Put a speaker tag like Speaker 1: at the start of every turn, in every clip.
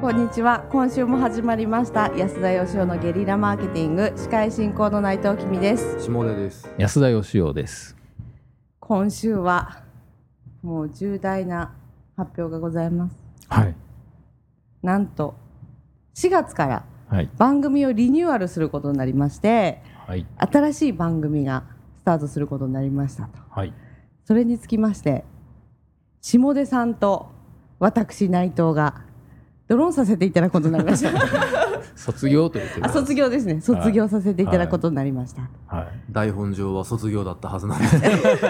Speaker 1: こんにちは今週も始まりました安田義雄のゲリラマーケティング司会進行の内藤君です
Speaker 2: 下根です。
Speaker 3: 安田義雄です。
Speaker 1: 今週はもう重大な発表がございます
Speaker 3: はい。
Speaker 1: なんと4月から
Speaker 3: はい。
Speaker 1: 番組をリニューアルすることになりまして
Speaker 3: はい。
Speaker 1: 新しい番組がスタートすることになりましたと
Speaker 3: はい。
Speaker 1: それにつきまして下出さんと私内藤がドローンさせていただくことになりました
Speaker 3: 卒業ということで
Speaker 1: あ卒業ですね卒業させていただくことになりました、
Speaker 3: はい。
Speaker 2: 台本上は卒業だったはずなんですけど、いつ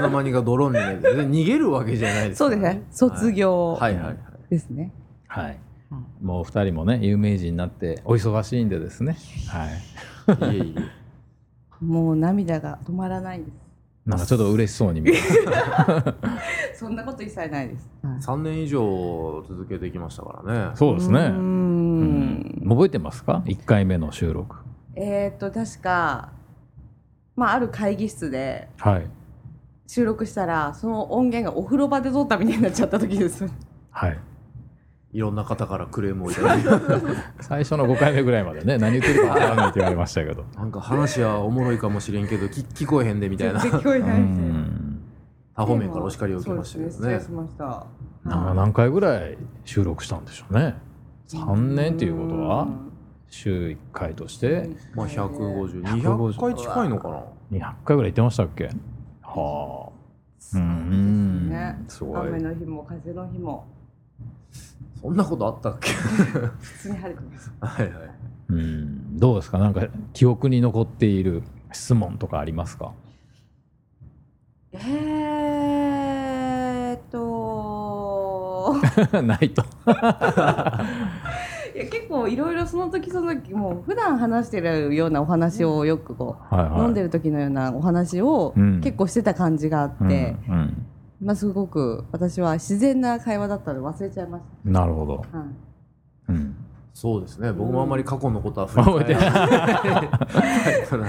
Speaker 2: の間にかドローンになってで逃げるわけじゃないです
Speaker 1: そ
Speaker 2: か
Speaker 1: うで
Speaker 2: ら
Speaker 1: すね卒業
Speaker 2: はいはいはい。
Speaker 1: ですね、
Speaker 3: はい。
Speaker 1: はい
Speaker 3: もう二人もね、有名人になって、お忙しいんでですね。はい。
Speaker 2: いえい
Speaker 1: もう涙が止まらないんで
Speaker 3: なんかちょっと嬉しそうに見えます。
Speaker 1: すそんなこと一切ないです、はい
Speaker 2: え。3年以上続けてきましたからね。
Speaker 3: そうです
Speaker 1: うー
Speaker 3: ね。うん
Speaker 1: ん
Speaker 3: 覚えてますか一回目の収録。
Speaker 1: えーっと確かまあある会議室で
Speaker 3: はい。
Speaker 1: 収録したらその音源がお風呂場で撮ったみたいになっちゃった時です
Speaker 3: はい。
Speaker 2: いろんな方からクレームをいた だいて、
Speaker 3: 最初の5回目ぐらいまでね、何言ってるかわからないって言われましたけど。
Speaker 2: なんか話はおもろいかもしれんけど、聞聞こえへんでみたい
Speaker 1: 全
Speaker 2: な
Speaker 1: 然、聞こえ
Speaker 3: う。
Speaker 1: ないみたいなん
Speaker 2: 他方面からお叱りを受けましたけど
Speaker 1: そう
Speaker 2: ね
Speaker 1: です失。礼しました
Speaker 3: な何回ぐらい収録したんでしょうね。三年っていうことは週1回として
Speaker 2: まあ150、
Speaker 3: 150
Speaker 2: 200回近いのかな。
Speaker 3: 200回ぐらい行ってましたっけはあ。
Speaker 1: そうですね
Speaker 3: うんすごい
Speaker 1: 雨の日も風の日も
Speaker 2: そんなことあった っけ
Speaker 1: 普通に晴れてます
Speaker 2: はいはい。
Speaker 3: うん、どうですかなんか記憶に残っている質問とかありますか
Speaker 1: えーっと
Speaker 3: ないと。
Speaker 1: いや結構いろいろその時その時もう普段話してるようなお話をよくこ、
Speaker 3: はいうはい、
Speaker 1: 飲んでる時のようなお話を
Speaker 3: うん
Speaker 1: 結構してた感じがあって、
Speaker 3: うんうん
Speaker 1: まあ、すごく私は自然な会話だったので忘れちゃいまし
Speaker 3: なるほど。
Speaker 1: た、はい
Speaker 3: うん、
Speaker 2: そうですね、僕もあんまり過去のことは振り返らないタイプ なん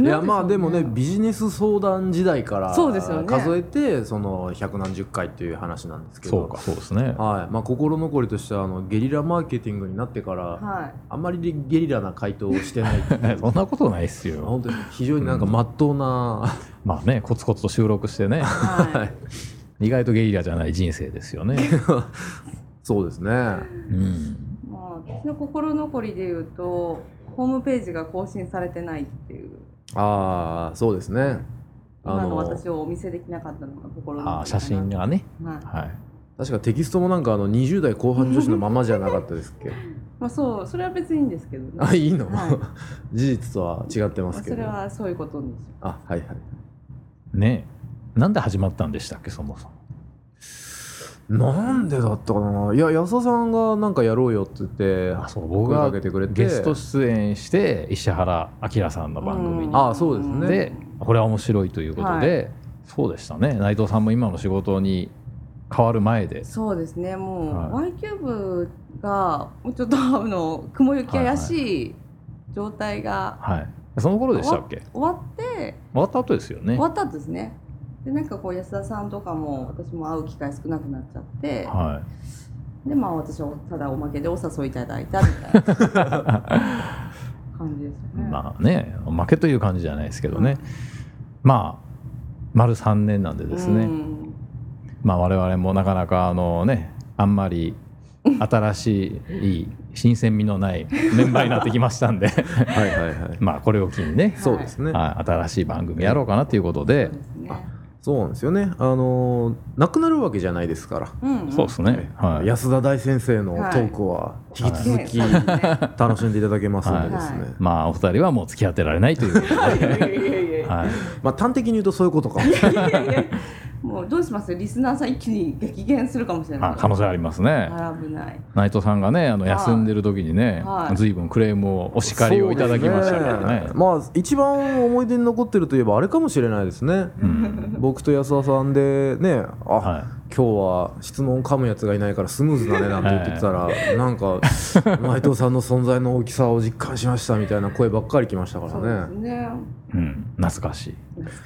Speaker 2: で。いやまあでもねビジネス相談時代から
Speaker 1: そうですよね
Speaker 2: 数えてその百何十回っていう話なんですけ
Speaker 3: そう
Speaker 2: ど
Speaker 3: か、そうですね。
Speaker 2: はいまあ、心残りとしてはあのゲリラマーケティングになってから
Speaker 1: は
Speaker 2: あんまりゲリラな回答をして ないっていう
Speaker 3: そんなことないっすよ。
Speaker 2: 本当に非常になんか真っ当な、
Speaker 3: まあね、コツコツと収録 してね、
Speaker 1: い、はい、
Speaker 3: 意外とゲリラじゃない人生ですよね。
Speaker 2: そうですね
Speaker 3: うん、
Speaker 1: まあ、私の心残りで言うとホームページが更新されてないっていう
Speaker 2: ああそうですね
Speaker 1: 今の私をお見せできなかったのが心残り
Speaker 3: あー写真
Speaker 1: が、
Speaker 3: がね、
Speaker 1: はい
Speaker 3: はい、
Speaker 2: 確かテキストもなんかあの20代後半女子のままじゃなかったですっけ
Speaker 1: まあ、そうそれは別にいいんですけどね
Speaker 2: あいいの、
Speaker 1: は
Speaker 2: 事実とは違ってま
Speaker 1: まあ
Speaker 2: すけ
Speaker 1: そ
Speaker 2: ど
Speaker 1: れはそういうことにしよ
Speaker 2: あはいはい
Speaker 3: ねなんで始まったんでしたっけ、そもそも。
Speaker 2: なんでだったかないや安田さんがなんかやろうよって言って
Speaker 3: あそう僕が
Speaker 2: 声かけてくれて
Speaker 3: ゲスト出演して、石原明さんの
Speaker 1: う
Speaker 3: 番組に
Speaker 1: ん
Speaker 2: あそうですね
Speaker 3: でこれは面白いということで、そうでしたね内藤さんも今の仕事に変わる前で
Speaker 1: そうですねもう、
Speaker 3: は
Speaker 1: Y キューブがもうちょっとあ の雲行き怪しい状態が
Speaker 3: はいその頃でしたっけ
Speaker 1: 終わって
Speaker 3: 終わった後ですよね
Speaker 1: 終
Speaker 3: は
Speaker 1: わったんですねでなんかこう安田さんとかも私も会う機会少なくなっちゃって
Speaker 3: い
Speaker 1: でまあ私はただおまけでお誘いいただいたみたいな 感じですよね。
Speaker 3: まあね負けという感じじゃないですけどね、まあ丸3年なんでですね、
Speaker 1: うん
Speaker 3: まあ我々もなかなかあのねあんまり新しい新鮮味のないメンバーになってきましたんで
Speaker 2: はいはいはい
Speaker 3: まあこれを機にね、
Speaker 2: そうですね、
Speaker 3: はい新しい番組やろうかなということで
Speaker 1: そうですね。
Speaker 2: そうなんですよねあのーなくなるわけじゃないですから、
Speaker 1: うんうん
Speaker 3: そうですね、はい、
Speaker 2: 安田大先生のトークは引き続き
Speaker 1: ねそうですね
Speaker 2: 楽しんでいただけますんでですね、
Speaker 1: はい
Speaker 3: まあお二人はもう付き合ってられないということで、
Speaker 1: いやいやいやいやいや
Speaker 3: はい、
Speaker 2: まあ端的に言うとそういうことかも
Speaker 1: いやいやいやもうどうしますリスナーさん一気に激減するかもしれない。
Speaker 3: あ可能性ありますね
Speaker 1: 並ぶない。
Speaker 3: 内藤さんがねあの
Speaker 1: はい
Speaker 3: 休んでる時にね、
Speaker 1: はい
Speaker 3: 随分クレームをお叱りをいただきましたからね
Speaker 2: そうですまあ一番思い出に残ってるといえばあれかもしれないですね
Speaker 3: うん
Speaker 2: 僕と安田さんでねあ、
Speaker 3: は
Speaker 2: 今日は質問噛むやつがいないからスムーズだねなんて言ってたら、なんか内藤さんの存在の大きさを実感しましたみたいな声ばっかり来ましたか
Speaker 1: そう
Speaker 2: ら
Speaker 1: で
Speaker 2: ね
Speaker 1: すね。
Speaker 3: い、うん、懐かしい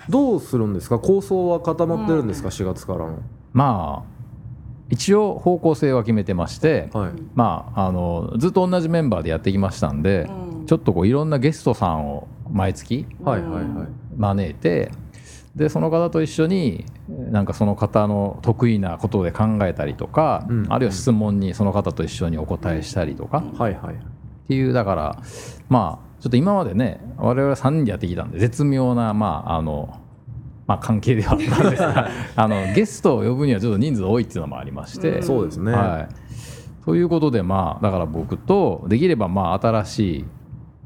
Speaker 2: どうするんですか構想は固まってるんですか、
Speaker 1: うん
Speaker 2: 4月からの
Speaker 3: まあ一応方向性は決めてまして、
Speaker 2: はい
Speaker 3: まあ、あのずっと同じメンバーでやってきましたんで、
Speaker 1: うん
Speaker 3: ちょっとこういろんなゲストさんを毎月
Speaker 2: はいはいはい
Speaker 3: 招いてでその方と一緒になんかその方の得意なことで考えたりとか、
Speaker 2: うん
Speaker 3: あるいは質問にその方と一緒にお答えしたりとかっ
Speaker 2: はいはい
Speaker 3: ていうだからまあちょっと今までね我々3人でやってきたんで絶妙なまああの。まあ、関係ではあったんですが あのゲストを呼ぶにはちょっと人数多いっていうのもありまして、
Speaker 1: うん
Speaker 2: そうですね、
Speaker 3: はい、ということでまあだから僕とできればまあ新しい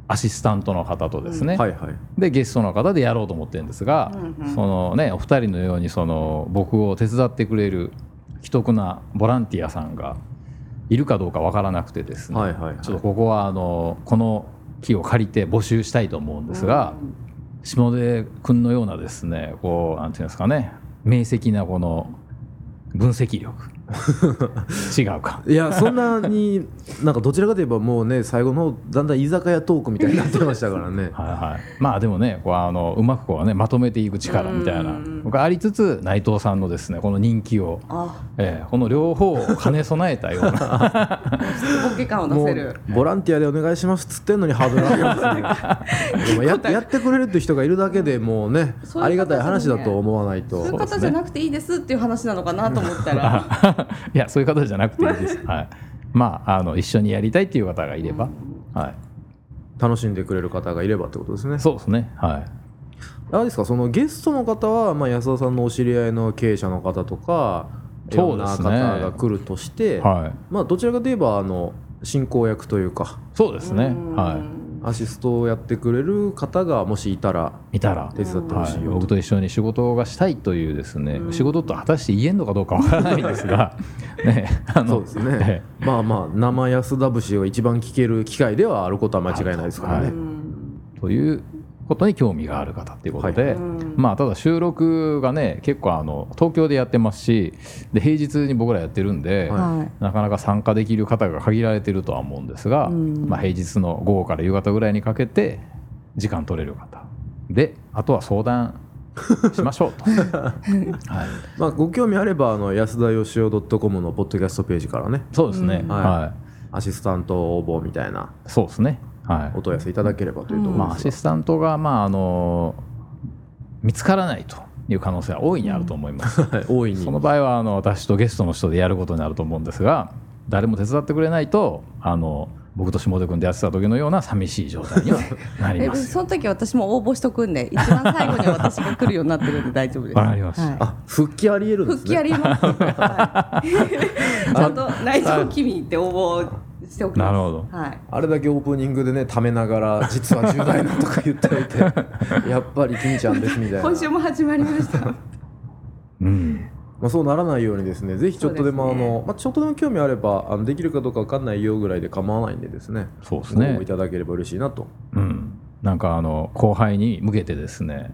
Speaker 3: アシスタントの方とですね、
Speaker 2: はいはい
Speaker 3: でゲストの方でやろうと思ってるんですが、
Speaker 1: うんうん
Speaker 3: そのねお二人のようにその僕を手伝ってくれる既得なボランティアさんがいるかどうかわからなくてですね、
Speaker 2: はいはいはい
Speaker 3: ちょっとここはあのこの木を借りて募集したいと思うんですが、下出君のようなですねこうなんていうんですかね明晰なこの分析 力違うか
Speaker 2: いやそんなになんかどちらかといえばもうね最後の方だんだん居酒屋トークみたいになってましたからね
Speaker 3: はいはい、まあでもねこうあのうまくこう、ね、まとめていく力みたいな
Speaker 1: うん
Speaker 3: 僕ありつつ内藤さんのですねこの人気を、
Speaker 1: あ
Speaker 3: ええこの両方を兼ね備えたよう な
Speaker 1: ボケ感を
Speaker 2: も
Speaker 1: 出せ
Speaker 2: う
Speaker 1: る
Speaker 2: ボランティアでお願いしますっつってんのにハードル上げます ねでもややってくれるって人がいるだけでもうね
Speaker 1: そういう
Speaker 2: ありがたい
Speaker 1: 方です
Speaker 2: 話
Speaker 1: ね
Speaker 2: だと思わない
Speaker 1: そういう
Speaker 2: と
Speaker 1: 方じゃなくていいですっていう話なのかなと思ったら
Speaker 3: いやそういう方じゃなくていいです、はい、まああの一緒にやりたいっていう 方がいれば、は
Speaker 2: 楽しんでくれる方がいればってことですね
Speaker 3: い、そうですねはい
Speaker 2: あれですかそのゲストの方は、まあ、安田さんのお知り合いの経営者の方とかい
Speaker 3: そ
Speaker 2: ろ
Speaker 3: うんで
Speaker 2: な
Speaker 3: す
Speaker 2: 方
Speaker 3: ね
Speaker 2: が来るとして、
Speaker 3: はい、
Speaker 2: まあ、どちらかといえばあの進行役というか
Speaker 3: そうですね、は
Speaker 2: アシストをやってくれる方がもしいたら
Speaker 3: い、いたら
Speaker 2: 手伝ってほ
Speaker 3: は
Speaker 2: し
Speaker 3: い、
Speaker 2: いよ
Speaker 3: 僕
Speaker 2: と、
Speaker 3: と一緒に仕事がしたいというですね、
Speaker 1: うん
Speaker 3: 仕事と果たして言えんのかどうかわからないんですが ねあの
Speaker 2: そうですね
Speaker 3: え
Speaker 2: まあまあ生安田節を一番聞ける機会ではあることは間違いないですからね、
Speaker 3: はえということに興味がある方ということで、
Speaker 2: はい
Speaker 3: まあただ収録がね結構あの東京でやってますしで平日に僕らやってるんで、
Speaker 2: はい
Speaker 1: はい
Speaker 3: なかなか参加できる方が限られてるとは思うんですが、
Speaker 1: うん
Speaker 3: まあ、平日の午後から夕方ぐらいにかけて時間取れる方であとは相談しましょうと。はい
Speaker 2: まあ、ご興味あればあの安田よしお .com のポッドキャストページからね
Speaker 3: そうですね、
Speaker 1: うん
Speaker 2: はい
Speaker 3: は、
Speaker 2: アシスタント応募みたいない
Speaker 3: そうですね、はい
Speaker 2: お問い合わせいただければというところ
Speaker 3: まあ、
Speaker 2: で
Speaker 3: ア
Speaker 2: す、
Speaker 3: シスタントが、まあ、あの見つからないという可能性は大いにあると思います、
Speaker 2: はい大いに
Speaker 3: その場合はあの私とゲストの人でやることになると思うんですが誰も手伝ってくれないとあの僕と下手君でやってた時のような寂しい状態にはなり
Speaker 1: え
Speaker 3: ますよ
Speaker 1: その時私も応募しとくんで一番最後に私が来るようになってるんで大丈夫です
Speaker 3: わかりました
Speaker 1: はい
Speaker 2: あ復帰ありえるんで
Speaker 1: 復
Speaker 2: す
Speaker 1: 帰あ
Speaker 2: ね
Speaker 1: ります、はい、ちゃんと内藤君って応募しておきます
Speaker 3: なるほど
Speaker 1: はい
Speaker 2: あれだけオープニングでねためながら実は重大なとか言っておいてやっぱり君ちゃんですみたいな
Speaker 1: 今週も始まりました。は
Speaker 3: うん、
Speaker 2: まあ、そうならないようにですねぜひちょっとでも
Speaker 1: そうですね
Speaker 2: あの、まあ、ちょっとでも興味あればあのできるかどうかわかんないよぐらいで構わないんでですね
Speaker 3: そうです
Speaker 2: ご応
Speaker 3: ね
Speaker 2: 募いただければ嬉しいなと
Speaker 3: うん、なんかあの後輩に向けてですね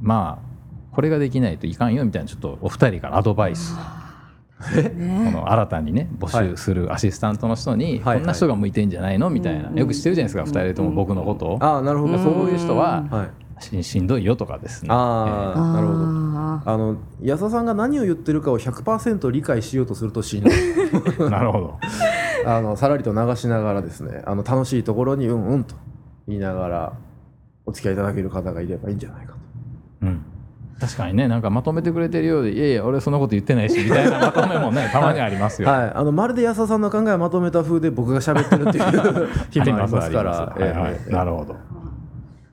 Speaker 3: まあこれができないといかんよみたいなちょっとお二人からアドバイスこ
Speaker 1: ね
Speaker 3: の新たにね募集するアシスタントの人に、
Speaker 2: はい
Speaker 3: こんな人が向いてんじゃないのみたいな、
Speaker 1: うん
Speaker 3: よく知ってるじゃないですか、2人とも僕のことを、
Speaker 2: ああなるほど
Speaker 3: そ
Speaker 2: そううい
Speaker 3: い
Speaker 2: うう
Speaker 3: 人は、
Speaker 2: はい
Speaker 3: ししんどいよとかですね
Speaker 2: ああなるほど
Speaker 1: ど。
Speaker 2: あの安田さんが何を言ってるかを100%理解しようとするとしんどい
Speaker 3: えーなるほど
Speaker 2: あのさらりと流しながらですねあの楽しいところにうんうんと言いながらお付き合いいただける方がいればいいんじゃないかと
Speaker 3: うん確かにねなんかまとめてくれてるようでいやいや俺そんなこと言ってないしみたいなまとめも ねたまにありますよ、
Speaker 2: はい、あのまるで安田さんの考えをまとめた風で僕が喋ってる っていう日もあり ますから
Speaker 3: ありますはいはい
Speaker 2: ええ
Speaker 3: なるほど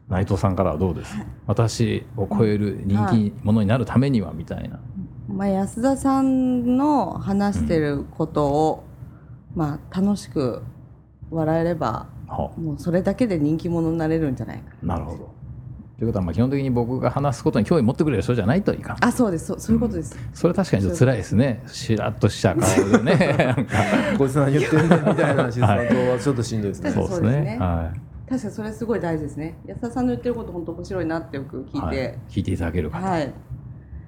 Speaker 3: 内藤さんからはどうです私を超える人気者になるためにはみたいな、
Speaker 1: まあ安田さんの話してることを、まあ楽しく笑えれば、
Speaker 3: は
Speaker 1: もうそれだけで人気者になれるんじゃないか
Speaker 3: なるほどということはまあ基本的に僕が話すことに興味持ってくれる人じゃないといかん
Speaker 1: な。あ、そうです。そうそういうことです。
Speaker 3: それ確かにちょっと辛いですねしらっとした顔 でねなんか
Speaker 2: こいつ何言ってんねんみたいな安田さんとはちょっとしんどいですね
Speaker 1: そ
Speaker 3: そうう
Speaker 1: で
Speaker 3: ですす
Speaker 1: ね
Speaker 3: ねはい
Speaker 1: 確かにそれすごい大事ですね。安田さんの言ってること本当面白いなってよく聞い
Speaker 3: は
Speaker 1: て、
Speaker 3: 聞いていただける方
Speaker 1: はい、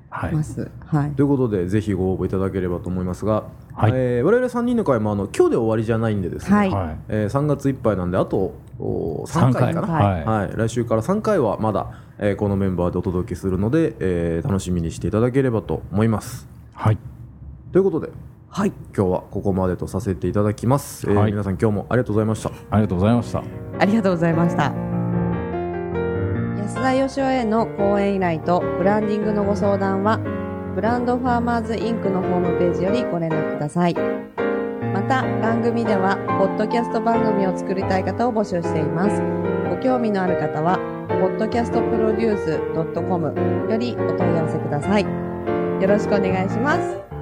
Speaker 3: はい
Speaker 1: ます。はい。
Speaker 2: ということでぜひご応募いただければと思いますが、
Speaker 3: はい
Speaker 2: えー我々3人の会もあの今日で終わりじゃないんでですね、
Speaker 1: はい
Speaker 3: はい
Speaker 2: えー3月いっぱいなんであとお3
Speaker 3: 3
Speaker 2: 回
Speaker 3: 回
Speaker 2: かな
Speaker 3: はい
Speaker 2: はい、来週から3回はまだ、えーこのメンバーでお届けするので、えー楽しみにしていただければと思います
Speaker 3: はい
Speaker 2: ということで
Speaker 4: はい
Speaker 2: 今日はここまでとさせていただきます、えー
Speaker 3: はい
Speaker 2: 皆さん今日もありがとうございました
Speaker 3: ありがとうございました
Speaker 4: ありがとうございました
Speaker 1: 安田義雄への講演依頼とブランディングのご相談は、ブランドファーマーズインクのホームページよりご連絡ください。また、番組では、ポッドキャスト番組を作りたい方を募集しています。ご興味のある方は、podcastproduce.com よりお問い合わせください。よろしくお願いします。